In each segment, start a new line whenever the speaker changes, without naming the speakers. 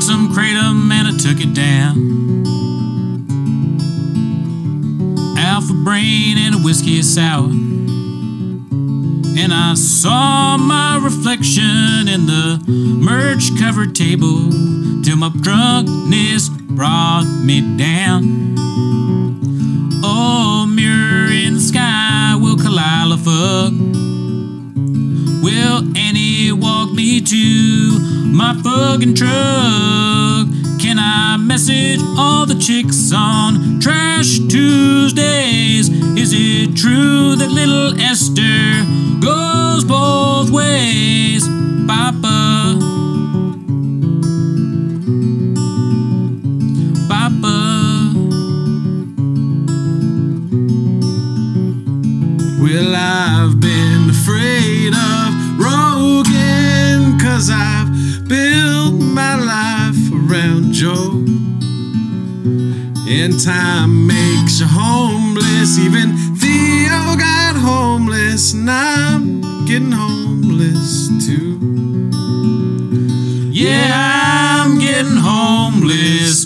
some kratom and I took it down. Alpha brain and a whiskey sour. And I saw my reflection in the merch covered table till my drunkenness brought me down. Oh, mirror in the sky, will Kalila fuck? Will Annie walk me to my fucking truck? Can I message all the chicks on Trash Tuesdays? Is it true that little Esther goes both ways, Papa? Papa,
Well, I've been afraid of Rogan, cause I've built my life around Joe. And time makes you homeless, even Theo got homeless, and I'm getting homeless too.
yeah, I'm getting homeless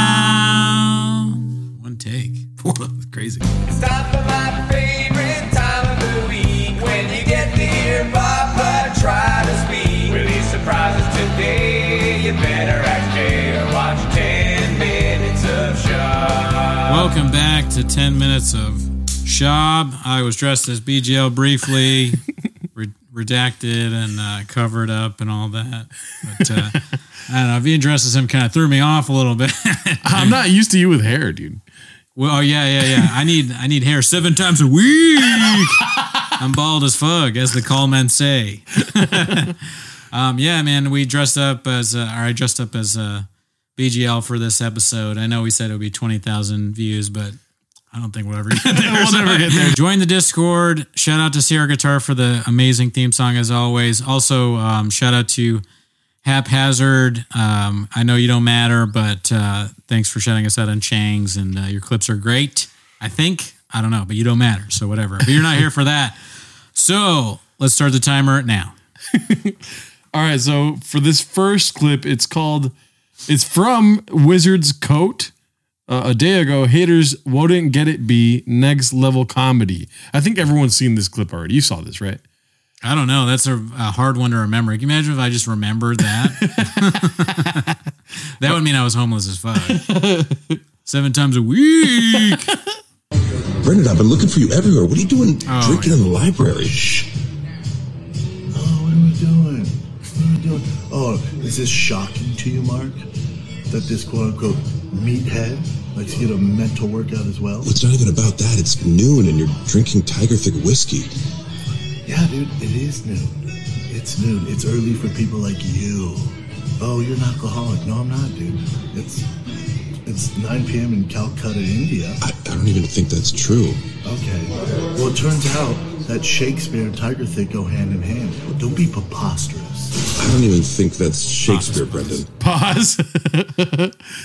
tonight. One take.
Crazy.
Stop at my favorite time of the week. When you get there, Papa, try to speak. With these surprises today, you better act gay or watch 10 minutes of show.
Welcome back to 10 minutes of Shab. I was dressed as BGL briefly, re- redacted and uh, covered up and all that. But uh, I don't know. Being dressed as him kind of threw me off a little bit.
I'm not used to you with hair, dude.
well, oh, yeah, yeah, yeah. I need I need hair seven times a week. I'm bald as fuck, as the call men say. um, yeah, man. We dressed up as, uh, or I dressed up as uh, BGL for this episode. I know we said it would be 20,000 views, but I don't think we'll ever get there. we'll never get there. Join the Discord. Shout out to Sierra Guitar for the amazing theme song, as always. Also, um, shout out to Haphazard. Um, I know you don't matter, but uh, thanks for shouting us out on Chang's, and uh, your clips are great. I think. I don't know, but you don't matter. So, whatever. But you're not here for that. So, let's start the timer now.
All right, so for this first clip, it's called, it's from Wizard's Coat. Uh, a day ago, haters wouldn't get it be next level comedy. I think everyone's seen this clip already. You saw this, right?
I don't know. That's a, a hard one to remember. Can you imagine if I just remembered that? that would mean I was homeless as fuck. Seven times a week.
Brendan, I've been looking for you everywhere. What are you doing
Oh,
drinking in the library? Shh.
Oh, what are we doing? What are we doing? Oh, is this shocking to you, Mark? That this quote unquote meathead likes to get a mental workout as well?
It's not even about that. It's noon and you're drinking Tiger Thick whiskey.
Yeah, dude, it is noon. It's noon. It's early for people like you. Oh, you're an alcoholic. No, I'm not, dude. It's it's 9 p.m. in Calcutta, India.
I, I don't even think that's true.
Okay. Well, it turns out that Shakespeare and Tiger Thick go hand in hand. Don't be preposterous.
I don't even think that's Shakespeare, Brendan.
Pause.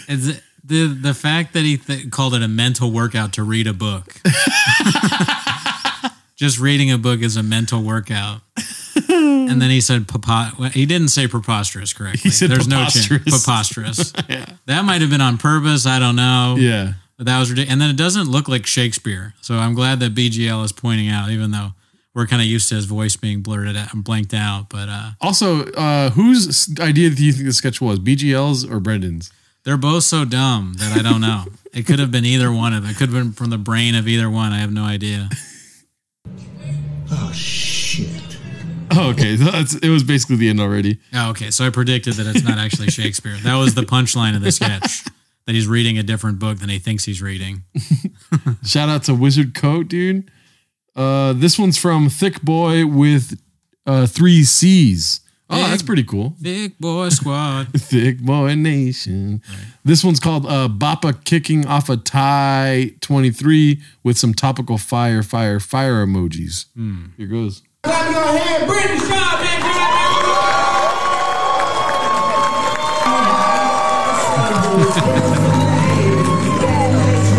Is it- the the fact that he th- called it a mental workout to read a book. just reading a book is a mental workout. And then he said, "Papa." well, He didn't say preposterous correctly.
said
There's no chance.
preposterous.
Preposterous. That might have been on purpose. I don't know.
yeah.
But that was ridiculous. And then it doesn't look like Shakespeare. So I'm glad that BGL is pointing out, even though we're kind of used to his voice being blurted out and blanked out. But uh,
Also, uh, whose idea do you think the sketch was? BGL's or Brendan's?
they're both so dumb that I don't know. it could have been either one of them. It could have been from the brain of either one. I have no idea.
Oh, shit.
Oh, okay. That's, it was basically the end already.
Oh, okay. So I predicted that it's not actually Shakespeare. That was the punchline of the sketch that he's reading a different book than he thinks he's reading.
Shout out to Wizard Coat, dude. Uh, this one's from Thick Boy with uh, three C's. Oh, that's pretty cool.
Big boy squad.
Thick Boy Nation. This one's called uh, Bappa Kicking Off a Tie 23 with some topical fire, fire, fire emojis. Here goes.
Clap your hand, Britain Shaw, man.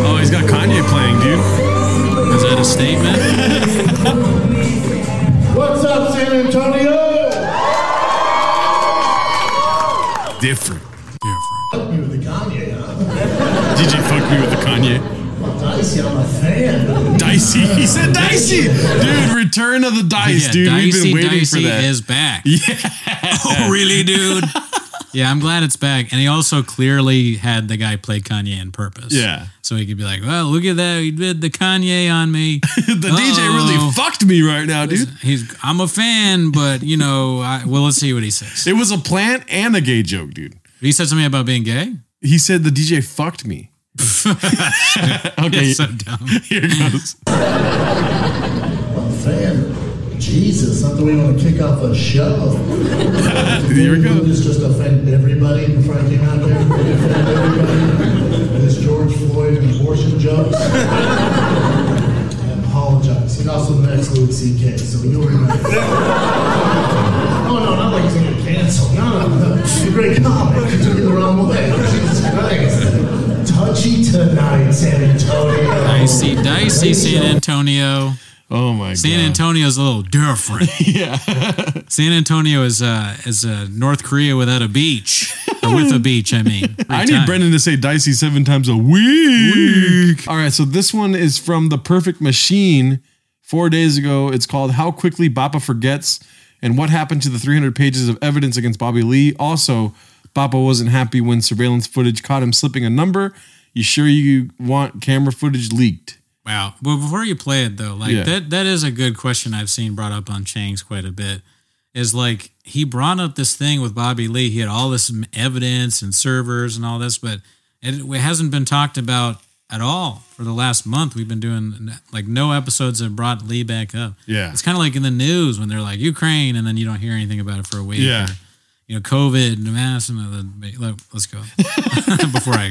Oh, he's got Kanye playing, dude.
Is that a statement?
What's up, San Antonio?
different.
Different.
You were the Kanye, huh?
DJ fucked me with the Kanye.
Dicey, I'm a fan.
Dicey. He said dicey. Dude, return of the dice,
Yeah,
dude.
Dicey
We've been waiting
Dicey
for that.
is back. Yeah. oh, really, dude? yeah, I'm glad it's back. And he also clearly had the guy play Kanye on purpose.
Yeah.
So he could be like, well, look at that. He did the Kanye on me.
the DJ
Oh.
really fucked me right now, dude.
He's, I'm a fan, but, you know, I, well, let's see what he says.
It was a plant and a gay joke, dude.
He said something about being gay.
He said the DJ fucked me. okay,
It's so dumb.
here goes.
I'm a fan. Jesus, not the way you want to kick off a show.
Here
Didn't
we go.
this just offend everybody before I came out there? Did it offend everybody? This George Floyd and abortion jokes? I apologize. It also next Louis C.K., so you were not. Oh, No, no, not like he's gonna get canceled. No, no, no. He's a great comic. You took it the wrong way. Jesus Christ. Touchy tonight, San Antonio.
Dicey Dicey San Antonio.
Oh my
San
god.
Antonio's a little different. yeah. San Antonio is uh is uh, North Korea without a beach. Or with a beach, I mean.
I
Every time.
need Brendan to say dicey seven times a week. All right, so this one is from The Perfect Machine. Four days ago, it's called How Quickly Bappa Forgets and What Happened to the 300 Pages of Evidence Against Bobby Lee. Also, Bappa wasn't happy when surveillance footage caught him slipping a number. You sure you want camera footage leaked?
Wow. Well, before you play it though, like
Yeah.
that that is a good question I've seen brought up on Chang's quite a bit. Is like he brought up this thing with Bobby Lee. He had all this m- evidence and servers and all this, but it, it hasn't been talked about at all for the last month. We've been doing like no episodes have brought Lee back up.
Yeah.
it's kind of like in the news when they're like Ukraine, and then you don't hear anything about it for a week.
Yeah.
Or, you know, COVID, and the mass, and the, look, let's go before I.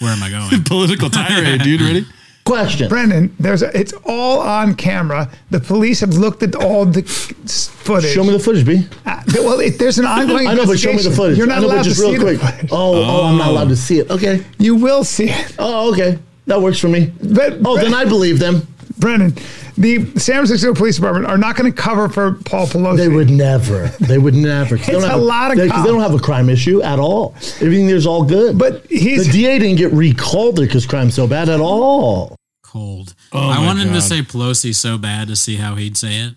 Where am I going?
Political tirade, dude. Ready?
Question.
Brendan, there's a, it's all on camera. The police have looked at all the s- footage.
Show me the footage, B.
Uh, well, it, there's an ongoing.
I know, but show me the
investigation.
footage.
You're not
I know, but
allowed
just
to
real
see
quick.
the footage.
Oh, oh, I'm not allowed to see it. Okay.
You will see it.
Oh, okay. That works for me.
But-
oh, then I believe them.
Brendan, the San Francisco Police Department are not going to cover for Paul Pelosi.
They would never. They would never. 'Cause they
It's
don't
a
have
lot of
they, 'cause they don't
cops.
have a crime issue at all. Everything there's all good.
But he's-
the DA didn't get recalled there because crime's so bad at all.
cold.
Oh
I
my
wanted to
God.
say Pelosi so bad to see how he'd say it.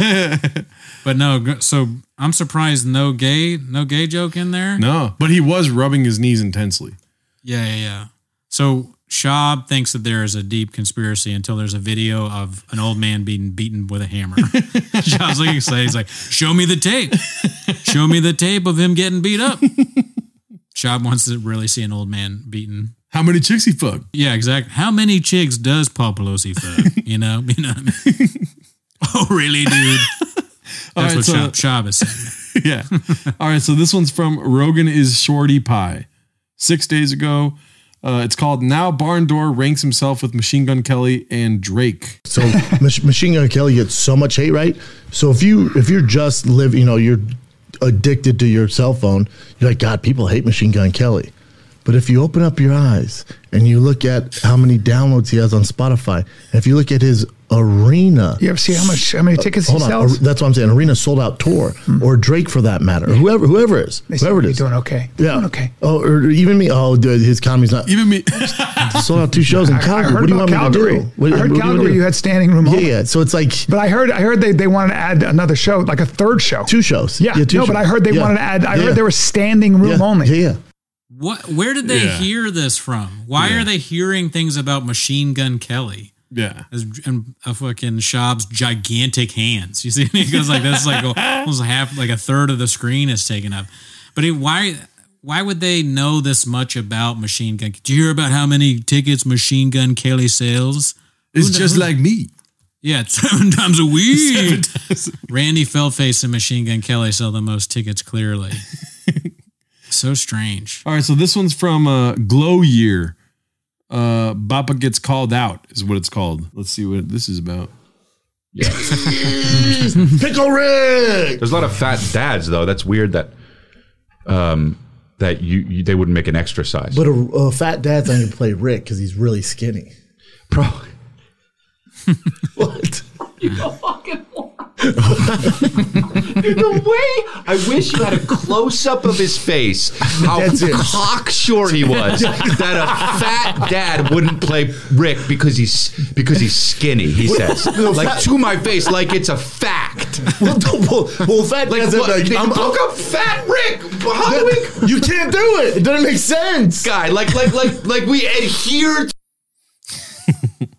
but no, gr- so I'm surprised no gay no gay joke in there.
No, but he was rubbing his knees intensely.
Yeah, yeah, yeah. So Shab thinks that there is a deep conspiracy until there's a video of an old man being beaten with a hammer. Shab's like excited. He's like, "Show me the tape. Show me the tape of him getting beat up." Shab wants to really see an old man beaten.
How many chicks he fucked?
Yeah, exactly. How many chicks does Paul Pelosi fuck? you know, you know. What I mean? oh, really, dude? That's
right,
what
so-
Shab, Shab is saying.
yeah. All right. So this one's from Rogan is Shorty Pie. Six days ago. Uh, it's called Now Barn Door ranks himself with Machine Gun Kelly and Drake.
So Mach- Machine Gun Kelly gets so much hate, right? So if you if you're just live, you know, you're addicted to your cell phone, you're like, God, people hate Machine Gun Kelly. But if you open up your eyes and you look at how many downloads he has on Spotify, and if you look at his arena,
You ever see how much how many tickets he
Uh, hold on,
sells? Hmm.
Ar- that's what I'm saying. Arena sold out tour, or Drake for that matter, or whoever whoever it is,
They say,
whoever it
"You're
is,
doing okay. You're
yeah,
doing okay.
Oh, or even me. Oh, dude, his comedy's not
Even me.
sold out two shows in
I, I
Calgary.
heard
What do you
about
want
Calgary.
me to do? What-
I
what
heard
do you want me to
Calgary.
do?
You had standing room.
yeah,
only.
yeah. So it's like
But I heard I heard they, they wanted to add another show, like a third show.
two shows.
Yeah.
two
no, but
shows.
I heard they
Yeah.
wanted to add. I
Yeah.
heard they were standing room
yeah.
only.
Yeah, yeah.
What? Where did they
Yeah.
hear this from? Why are they hearing things about Machine Gun Kelly?
Yeah.
As, and a fucking Shab's gigantic hands. You see, he goes like this, like almost half, like a third of the screen is taken up. But he, why? Why would they know this much about Machine Gun? Do you hear about how many tickets Machine Gun Kelly sells?
It's just like me.
Yeah, it's seven times a week. Randy Fellface and Machine Gun Kelly sell the most tickets clearly. so strange.
All right. So this one's from uh, Glow Year. Uh, Bappa gets called out is what it's called. Let's see what this is about.
Pickle Rick.
There's a lot of fat dads though. That's weird that um, that you, you they wouldn't make an extra size.
But a, a fat dad's not gonna play Rick because he's really skinny.
bro,
What?
the way I wish you had a close up of his face, how
That's it.
cocksure he was that a fat dad wouldn't play Rick because he's because he's skinny. He says, like to my face, like it's a fact.
well, well, well, fat
Like,
guys are
look,
like, I'm,
look up fat Rick Hardwick
I'm- you can't do it. It doesn't make sense.
guy. Like like like like we adhere. To-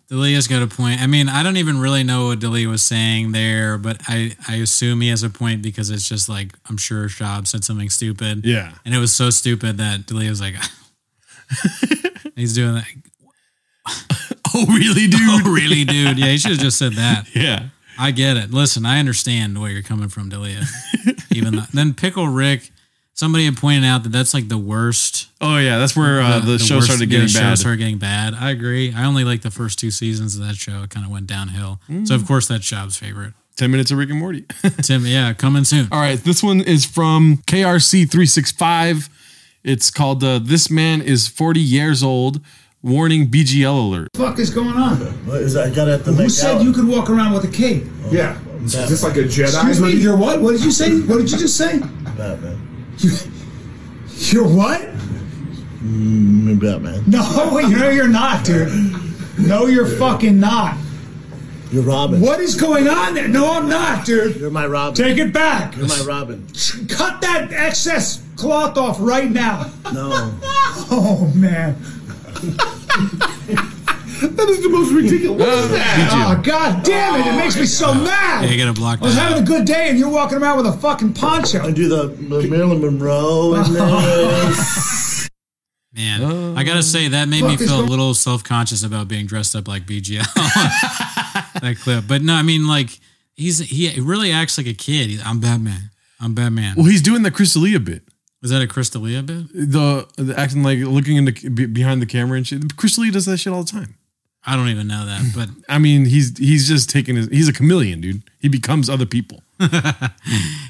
Delia's got a point. I mean, I don't even really know what Delia was saying there, but I, I assume he has a point because it's just like, I'm sure Shab said something stupid.
Yeah.
And it was so stupid that Delia was like, he's doing that.
Oh, really, dude?
Oh, really, dude? Yeah, he should have just said that.
Yeah.
I get it. Listen, I understand where you're coming from, Delia. Even though, then Pickle Rick, somebody had pointed out that that's like the worst.
Oh, yeah. That's where uh, the, show
worst-
started
yeah,
getting
the Show
bad.
started getting bad. I agree. I only like the first two seasons of that show. It kind of went downhill. So
Mm.
of course that's Shob's favorite.
10 minutes of Rick and Morty.
Tim, yeah, coming soon.
All right, this one is from KRC365. It's called uh, This Man is 40 Years Old. Warning BGL alert.
fuck is going on?
What is that? I got at the Oh.
Who
make
said
out.
you could walk around with a cape?
Yeah. Is this like a
Excuse me,
Jedi?
you're what? What did you say? What did you just say?
Batman.
You're what?
Mm, Batman.
No, you know you're not, dude. No, you're fucking not.
You're Robin.
What is going on there? No, I'm not, dude.
You're my Robin.
Take it back.
You're my Robin.
Cut that excess cloth off right now.
No.
Oh man.
That is the most ridiculous. What is
Oh god damn it! It makes me so mad.
Yeah, you gotta block
I was
that
having
out.
a good day, and you're walking around with a fucking poncho.
I do the, the Marilyn Monroe and then
Man,
Uh,
I gotta say that made me feel a little self conscious about being dressed up like BGL. that clip, but no, I mean like he's he really acts like a kid. He's, I'm Batman. I'm Batman.
Well, he's doing the Crystalia bit.
Was that a Crystalia bit?
The, the acting like looking into be, behind the camera and shit. Crystalia does that shit all the time.
I don't even know that, but
I mean, he's he's just taking his he's a chameleon, dude. He becomes other people.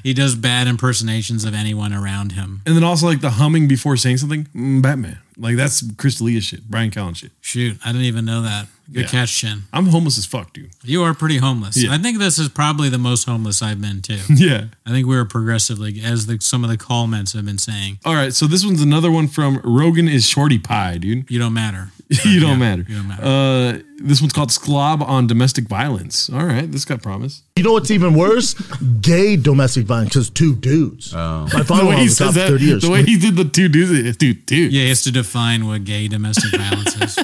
he does bad impersonations of anyone around him.
And then also like the humming before saying something, mm, Batman. Like that's Crystalia shit, Brian Callen shit.
Shoot, I didn't even know that. Good
Yeah.
catch, Chin.
I'm homeless as fuck, dude.
You are pretty homeless.
Yeah.
I think this is probably the most homeless I've been too.
Yeah.
I think we were progressively, as the, some of the comments have been saying,
All right, so this one's another one from Rogan is Shorty Pie, dude.
you don't matter.
you don't matter.
you don't matter.
Uh, this one's called Sklob on domestic violence. All right, this got promise.
You know what's even worse? Gay domestic violence because two dudes. My
The way
father-in-law
Oh. he
was top
says that,
thirty years.
the way he did the two dudes, uh, dude, dude.
Yeah, he has to define what gay domestic violence is.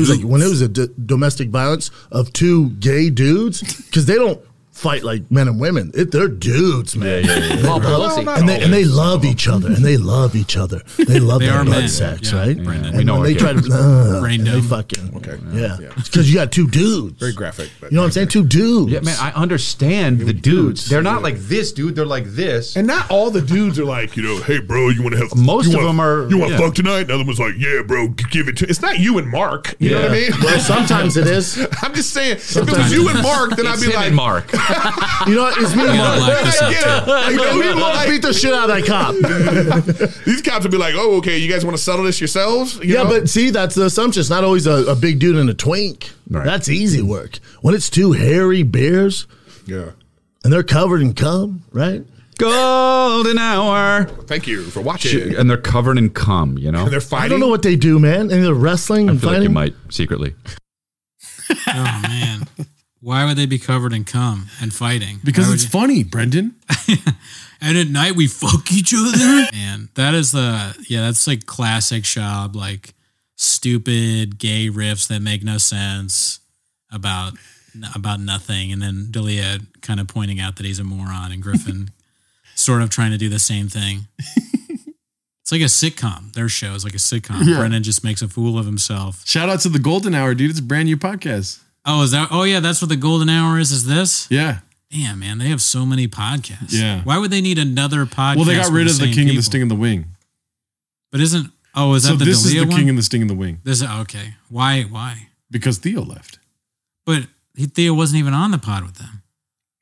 was like, when it was a d- domestic violence of two gay dudes, because they don't fight like men and women. It, they're dudes, man.
Paul Pelosi.
And they, and they love each other, and they love each other. They love
They are
their butt
men.
sex,
Yeah,
right?
Brandon.
And
We
know
when
our
they try to,
kids.
uh, and they
Brain-dumb.
fucking, okay, yeah,
yeah.
because you got two dudes.
Very graphic, but
You know what I'm saying? Two dudes.
yeah, man, I understand the dudes. They're not like this, dude. They're like this.
And not all the dudes are like, you know, hey, bro, you want to have
Most
you
of them are-
You want to
yeah.
fuck tonight? Another one's like, yeah, bro, g- give it to. It's not you and Mark. You know what I mean?
Well, sometimes it is.
I'm just saying, if it was you and Mark, then I'd
It's
be
him
like,
and Mark.
You know, what? it's me and
Yeah,
Mark.
black
I
this up,
get it.
too.
Like, no,
We
people
both
like-
beat the shit out of that cop.
These cops would be like, oh, okay, you guys want to settle this yourselves? You
yeah,
know?
but see, that's the assumption. It's not always a, a big dude and a twink. That's easy work. When it's two hairy bears
yeah.
and they're covered in cum, right?
Golden hour.
Thank you for watching.
And they're covered in cum, you know?
And they're
I
fighting.
don't know what they do, man. And they're wrestling
I
and
feel like you
fighting.
might secretly.
Oh man, why would they be covered in cum and fighting?
Because
Why
it's
would
funny, Brendan.
you- and at night we fuck each other. man, that is the yeah, that's like classic Shab, like stupid gay riffs that make no sense about about nothing, and then Delia kind of pointing out that he's a moron, and Griffin sort of trying to do the same thing. It's like a sitcom. Their show is like a sitcom. Brennan just makes a fool of himself.
Shout out to the Golden Hour, dude. It's a brand new podcast.
Oh, is that? Oh, yeah, that's what the golden hour is. Is this?
Yeah.
Damn, man, they have so many podcasts.
Yeah.
Why would they need another podcast?
Well, they got
with
rid of the
same
King and the
people?
Sting and the Wing.
But isn't oh, is that
So
the
this is
Delia
the
one?
King and the Sting and the Wing
this is okay. Why? Why?
because Theo left.
But he, Theo wasn't even on the pod with them.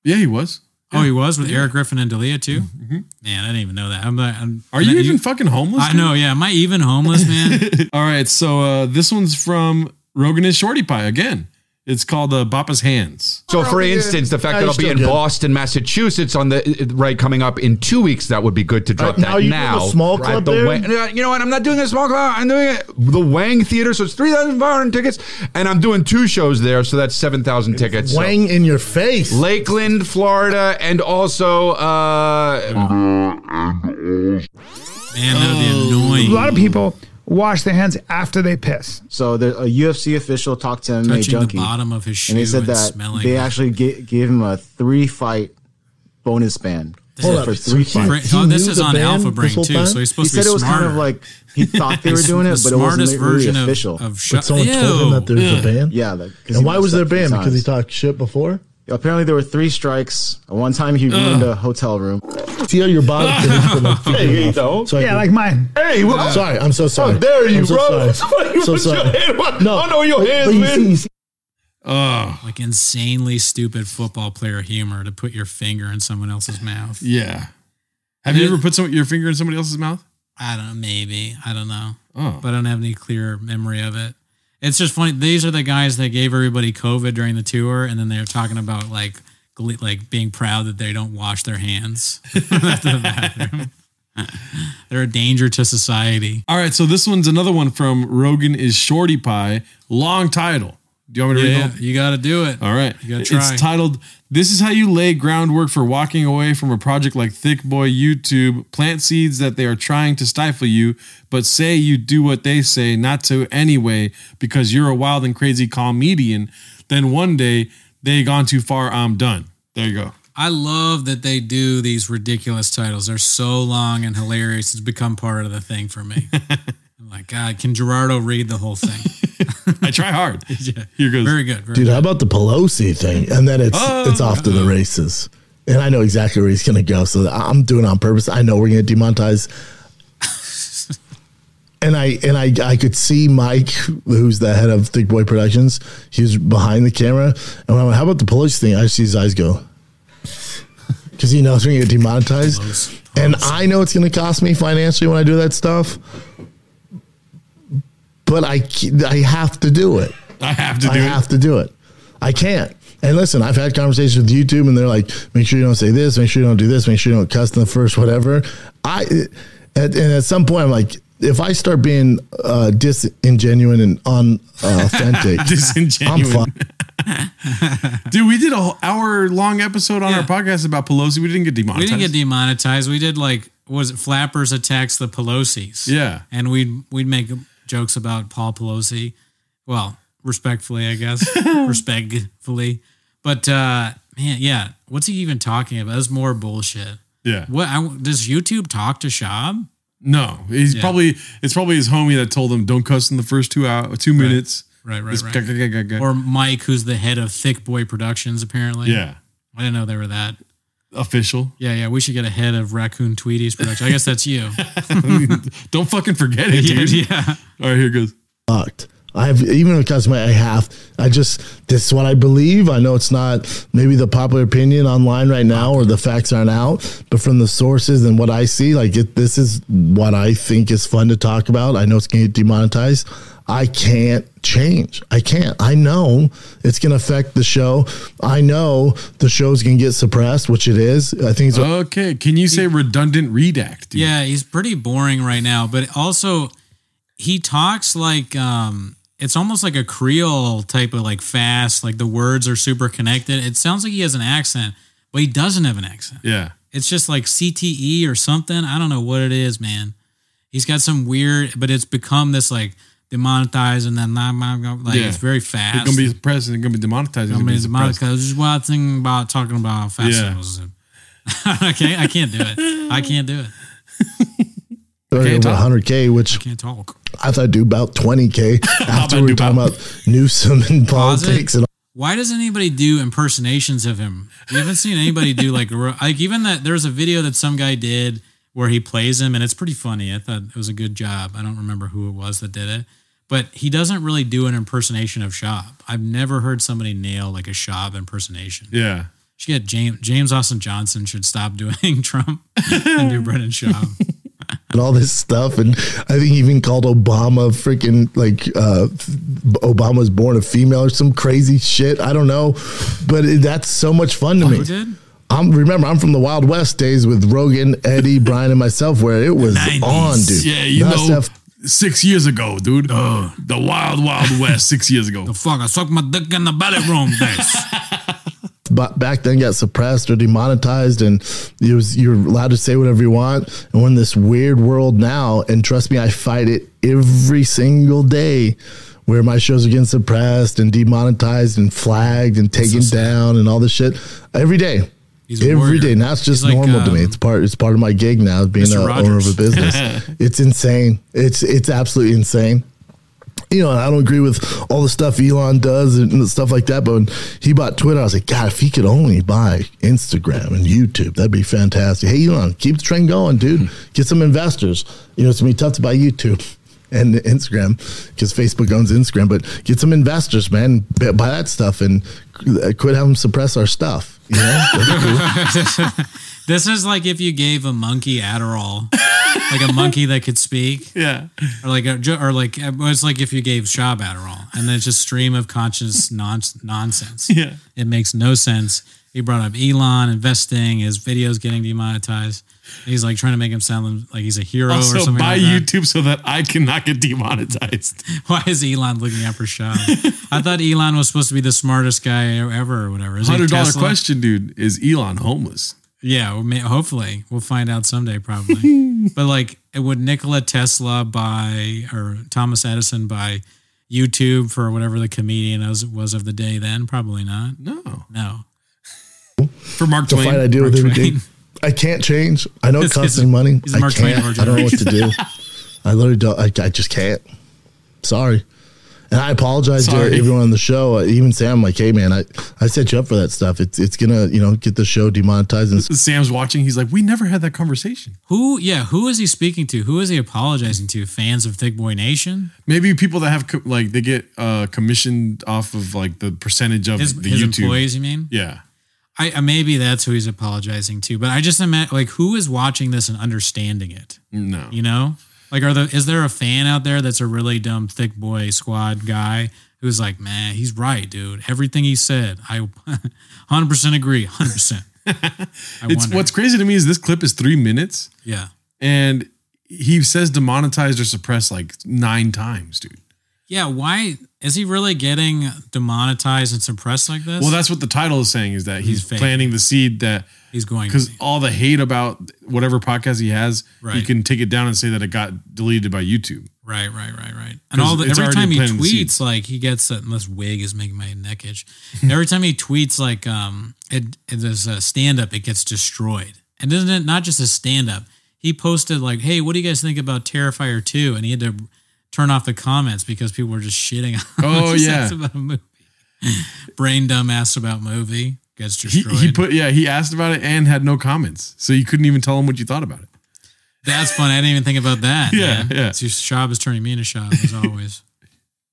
Yeah, he was.
Oh, he was with Eric Griffin and Delia too. Man, I didn't even know that. I'm not. I'm,
Are you
I'm-
even fucking homeless?
I know. Yeah. Am I even homeless, man?
All right, so uh, this one's from Rogan and Shorty Pie again. It's called the Bappa's Hands.
So, for instance, the fact that I'll be in Boston, Massachusetts, on the right coming up in two weeks, that would be good to drop
Right, now
that
you do
now.
a small
At
club
the
there?
Wang- Yeah, you know what? I'm not doing a small club. I'm doing it, the Wang Theater, so it's three thousand five hundred tickets, and I'm doing two shows there, so that's seven thousand tickets. so-
Wang in your face.
Lakeland, Florida, and also. Uh,
Man, that would be
Oh.
annoying.
A lot of people wash their hands after they piss.
So the, a UFC official talked to MMA
Touching the
junkie,
bottom of his
and he
shoe
said
and
that
smelling
they
it.
actually ga- gave him a three fight bonus ban.
Hold up,
for
so
three
he-
fights.
oh, He this knew is the on ban Alpha this Brain, whole too, time? so he's supposed
he
to be
said it was kind
smarter.
of like he thought they were
It's
doing
the
it, but it wasn't
smartest
really
version of-
official.
of But
shut- someone told him that there was a Ew. ban?
Yeah, that, 'cause he
And why
messed
was there a
up three
ban? Because he
times.
talked shit before?
apparently there were three strikes. At one time, he ruined a hotel room.
See how your body
Hey, you know.
Sorry.
Yeah, like mine.
Hey,
what-
Sorry, I'm so sorry.
How dare Oh, you,
I'm so
bro.
Sorry.
You
so
put your
sorry.
hand on-
no,
on your hands,
but you
man.
see- you see-
like insanely stupid football player humor to put your finger in someone else's mouth.
Yeah. Have you ever put some, your finger in somebody else's mouth?
I don't know, maybe. I don't know.
Oh.
But I don't have any clear memory of it. It's just funny. These are the guys that gave everybody COVID during the tour, and then they're talking about like gle- like being proud that they don't wash their hands after the bathroom. they're a danger to society.
All right, so this one's another one from Rogan is Shorty Pie. Long title. Do you want me to read the
Yeah,
whole-
you got to do it.
All right.
You gotta try.
It's titled This is how you lay groundwork for walking away from a project like Thick Boy YouTube, plant seeds that they are trying to stifle you, but say you do what they say not to anyway because you're a wild and crazy comedian, then one day they gone too far, I'm done. There you go.
I love that they do these ridiculous titles. They're so long and hilarious. It's become part of the thing for me. I'm like, God, can Gerardo read the whole thing?
I try hard. Here goes.
Very good. Very
Dude,
good.
how about the Pelosi thing? And then it's it's off to the races. And I know exactly where he's gonna go. So I- I'm doing it on purpose. I know we're gonna demonetize. And I and I I could see Mike, who's the head of Thick Boy Productions. He was behind the camera. And when I went, how about the Pelosi thing? I see his eyes go. Because he knows we're gonna get demonetized. And I know it's gonna cost me financially when I do that stuff. But I c- I have to do it.
I have to do
I
it.
have to do it. I can't. And listen, I've had conversations with YouTube, and they're like, "Make sure you don't say this. Make sure you don't do this. Make sure you don't cuss in the first, whatever." I at, and at some point, I'm like, if I start being uh, disingenuine and unauthentic, I'm
Disingenuine.
fine.
Dude, we did a whole hour long episode on our podcast about Pelosi. We didn't get
we
demonetized.
didn't get demonetized. We did like was it Flappers attacks the Pelosi's.
Yeah.
and we'd we'd make jokes about Paul Pelosi. Well, respectfully, I guess respectfully, but uh, man, yeah. What's he even talking about? That's more bullshit.
yeah.
What I, does YouTube talk to Shab?
No, he's
Yeah.
probably it's probably his homie that told him don't cuss in the first two hour two minutes.
Right, right,
It's
right.
gah, gah, gah, gah, gah.
Or Mike, who's the head of Thick Boy Productions, apparently.
yeah,
I didn't know they were that.
official.
Yeah, yeah. We should get a head of Raccoon Tweety's production. I guess that's you.
don't fucking forget it,
Yeah,
dude.
yeah.
All right, here goes.
fucked. I've even because my I have I just this is what I believe. I know it's not maybe the popular opinion online right now or the facts aren't out, but from the sources and what I see, like it, this is what I think is fun to talk about. I know it's going to get demonetized. I can't change. I can't. I know it's going to affect the show. I know the show's going to get suppressed, which it is. I think it's
Uh, Okay, can you say redundant redact? Dude?
Yeah, he's pretty boring right now, but also he talks like um it's almost like a Creole type of like fast, like the words are super connected. It sounds like he has an accent, but he doesn't have an accent.
Yeah,
It's just like CTE or something. I don't know what it is, man. He's got some weird, but it's become this like demonetized and then not like
Yeah.
it's very
they're
fast.
gonna be suppressed. and They're gonna be demonetized.
I
and
mean,
They're gonna be
it's about-
suppressed.
'cause this is why I'm thinking about talking about fast
Yeah.
signals. okay, I can't do it. I can't do it.
already
can't
over
talk.
100K, which
Can't talk.
I thought I'd do about 20K after we were talking about Newsom and
Pause it.
politics and
Why does anybody do impersonations of him? You haven't seen anybody do like a ro- like even that. There's a video that some guy did where he plays him, and it's pretty funny. I thought it was a good job. I don't remember who it was that did it, but he doesn't really do an impersonation of Shab. I've never heard somebody nail like a Shab impersonation.
yeah,
Should get James James Austin Johnson should stop doing Trump and do Brendan Schaub.
and all this stuff. And I think he even called Obama freaking like uh, Obama was born a female or some crazy shit. I don't know, but it, that's so much fun to me. I'm remember I'm from the Wild West days with Rogan, Eddie, Brian, and myself, where it was on, dude.
Yeah, you
Not
know,
stuff-
six years ago, dude. the Wild Wild West, six years ago. The
fuck, I sucked my dick in the bathroom. Thanks.
but back then got suppressed or demonetized and it was you're allowed to say whatever you want and we're in this weird world now and trust me i fight it every single day where my shows are getting suppressed and demonetized and flagged and taken down and all this shit every day
He's
Every
a
day.
warrior.
now it's just
He's like,
normal to me
um,
it's part it's part of my gig now being
Mr.
a owner of a
Rogers.
business it's insane it's it's absolutely insane you know, and I don't agree with all the stuff Elon does and stuff like that. But when he bought Twitter, I was like, God, if he could only buy Instagram and YouTube, that'd be fantastic. Hey, Elon, keep the train going, dude. Get some investors. You know, it's gonna be tough to buy YouTube and Instagram because Facebook owns Instagram, but get some investors, man. B- Buy that stuff and qu- uh, quit having them suppress our stuff. You know,
this is like if you gave a monkey Adderall, like a monkey that could speak.
Yeah.
Or like, a, ju- or like, uh, it's like if you gave Shab Adderall, and then it's just stream of conscious non- nonsense.
Yeah.
It makes no sense. He brought up Elon investing, his videos getting demonetized. He's like trying to make him sound like he's a hero
also,
or something.
buy
like that.
YouTube so that I cannot get demonetized.
Why is Elon looking out for Shab? I thought Elon was supposed to be the smartest guy ever or whatever. Is he
Hundred dollar
Tesla?
question, dude. Is Elon homeless?
Yeah, we may, hopefully we'll find out someday, probably. but like, would Nikola Tesla buy or Thomas Edison buy YouTube for whatever the comedian was, was of the day? Then probably not.
No,
no.
For Mark
It's a fight I deal with every day. I can't change. I know it
It's-
costs
it's-
me money.
it's
I
Mark Twain
can't.
of
I
our
don't know what to do.
generation.
I literally don't. I, I just can't. Sorry. And I apologize
Sorry.
to everyone on the show. I even Sam, like, hey man, I, I set you up for that stuff. It's it's gonna you know get the show demonetized. And
Sam's watching. He's like, we never had that conversation.
Who? Yeah, who is he speaking to? Who is he apologizing to? Fans of Thick Boy Nation?
Maybe people that have co- like they get uh commissioned off of like the percentage of
His,
the
his
YouTube
employees, you mean?
Yeah,
I I- maybe that's who he's apologizing to. But I just imagine like who is watching this and understanding it.
No,
you know, like are the is there a fan out there that's a really dumb thick boy squad guy who's like, man, he's right, dude. Everything he said, I 100 percent agree, 100. percent
it's
wonder.
what's crazy to me is this clip is three minutes.
Yeah.
and he says demonetized or suppressed like nine times, dude.
Yeah, why is he really getting demonetized and suppressed like this?
Well, that's what the title is saying is that he's,
He's fake.
planting the seed that
he's going
because all the hate about whatever podcast he has, you
Right.
can take it down and say that it got deleted by YouTube.
Right, right, right, right.
'Cause
And all the,
it's
every
already
time he
planted the seed.
tweets, like he gets that. This wig is making my neck itch. every time he tweets, like um, it, it is a stand up, it gets destroyed. And isn't it not just a stand up? He posted like, "Hey, what do you guys think about Terrifier 2? And he had to turn off the comments because people were just shitting. on him.
Oh,
Just
yeah.
asked about a movie. Brain dumb ass about movie gets
He,
destroyed.
he put yeah he asked about it and had no comments, so you couldn't even tell him what you thought about it.
That's funny. I didn't even think about that.
Yeah,
man.
yeah.
It's your Shab is turning me into Shab as always.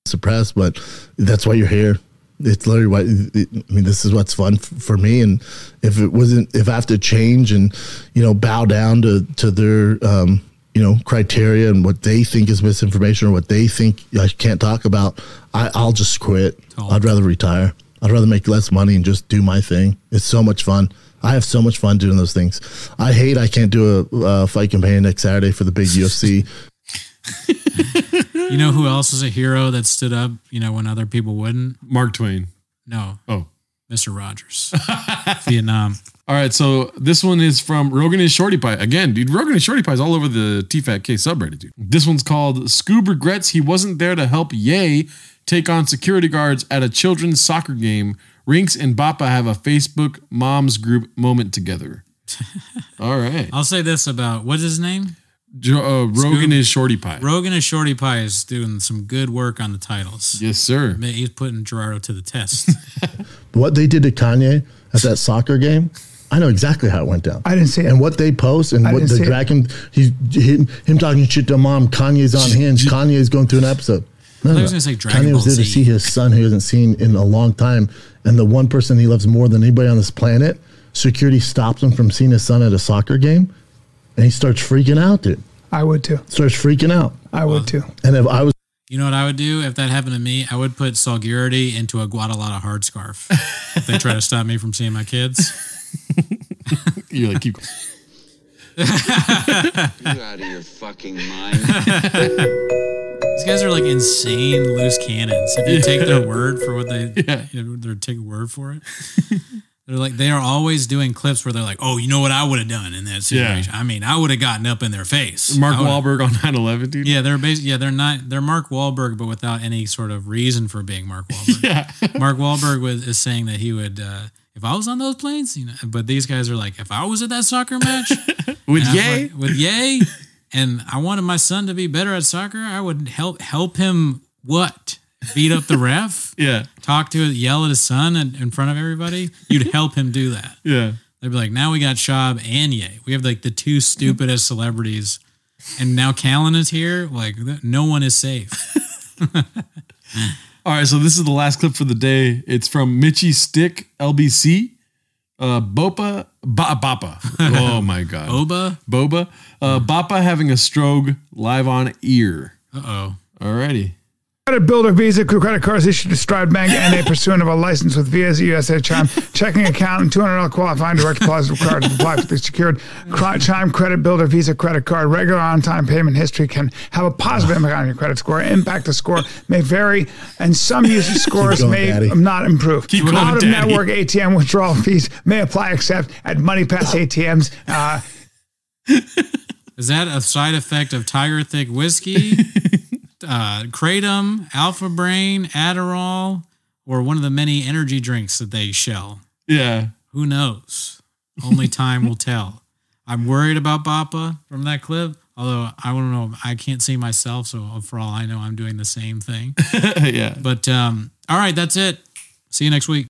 suppressed, but that's why you're here. It's literally why. I mean, this is what's fun f- for me. And if it wasn't, if I have to change and you know bow down to to their um, you know criteria and what they think is misinformation or what they think I can't talk about, I, I'll just quit. I'd rather retire. I'd rather make less money and just do my thing. It's so much fun. I have so much fun doing those things. I hate I can't do a, uh fight campaign next Saturday for the big UFC.
You know who else is a hero that stood up, you know, when other people wouldn't?
Mark Twain.
No.
Oh.
Mr. Rogers. Vietnam.
All right, so this one is from Rogan and Shorty Pie. Again, dude, Rogan and Shorty Pie is all over the TFATK subreddit, dude. This one's called Scoob Regrets He Wasn't There to Help Yay Take on Security Guards at a Children's Soccer Game. Rinks and Bappa have a Facebook moms group moment together. all right.
I'll say this about what's his name?
Jo- uh, Rogan
Scoob.
and Shorty Pie.
Rogan and Shorty Pie is doing some good work on the titles.
Yes, sir.
He's putting Gerardo to the test.
what they did to Kanye at that soccer game, I know exactly how it went down. I didn't see it. And what they post and
I
what
didn't
the
see it.
dragon, he's him, him talking shit to mom. Kanye's on hinge. Kanye's going through an episode.
I thought he was gonna say Dragon
Kanye was
Ball
there to
Z.
see his son who he hasn't seen in a long time, and the one person he loves more than anybody on this planet. Security stops him from seeing his son at a soccer game, and he starts freaking out, dude.
I would too.
Starts freaking out.
I would too.
And if I was
You know what I would do if that happened to me? I would put Salguirity into a Guadalajara hard scarf. if they try to stop me from seeing my kids.
You're like, keep.
You're out of your fucking mind.
These guys are like insane loose cannons. If you take their word for what they,
Yeah.
you know, their take word for it, they're like they are always doing clips where they're like, "Oh, you know what I would have done in that
Yeah.
situation? I mean, I would have gotten up in their face."
Mark
I would've-
Wahlberg on 9 11, dude.
Yeah, they're basically yeah they're not they're Mark Wahlberg, but without any sort of reason for being Mark Wahlberg. Mark Wahlberg was is saying that he would uh, if I was on those planes, you know. But these guys are like, if I was at that soccer match
With
and I was
Ye?
like- with Yay, and I wanted my son to be better at soccer, I would help help him what beat up the ref,
Yeah.
talk to it, yell at his son in, in front of everybody. You'd help him do that.
Yeah.
They'd be like, now we got Shab and Ye. We have like the two stupidest celebrities, and now Callan is here. Like, th- no one is safe.
All right, so this is the last clip for the day. It's from Mitchy Stick LBC. Uh, Bopa, ba, Bapa. Oh my God.
Boba?
Boba. Uh, Bapa having a stroke live on ear.
Uh oh.
Alrighty.
Credit builder Visa credit cards issued to Stride Bank and a pursuant of a license with Visa's USA Chime checking account and $200 qualifying direct deposit required to apply for the secured cli- Chime Credit Builder Visa credit card. Regular on-time payment history can have a positive impact on your credit score. Impact the score may vary, and some user scores
going,
may
Daddy.
not improve.
Keep going,
Out-of-network ATM withdrawal fees may apply except at MoneyPass ATMs. Uh,
Is that a side effect of Tiger Thick whiskey, uh, kratom, Alpha Brain, Adderall, or one of the many energy drinks that they shell?
Yeah.
Who knows? Only time will tell. I'm worried about Bappa from that clip. Although I don't know, I can't see myself, so for all I know, I'm doing the same thing.
yeah.
But um, all right, that's it. See you next week.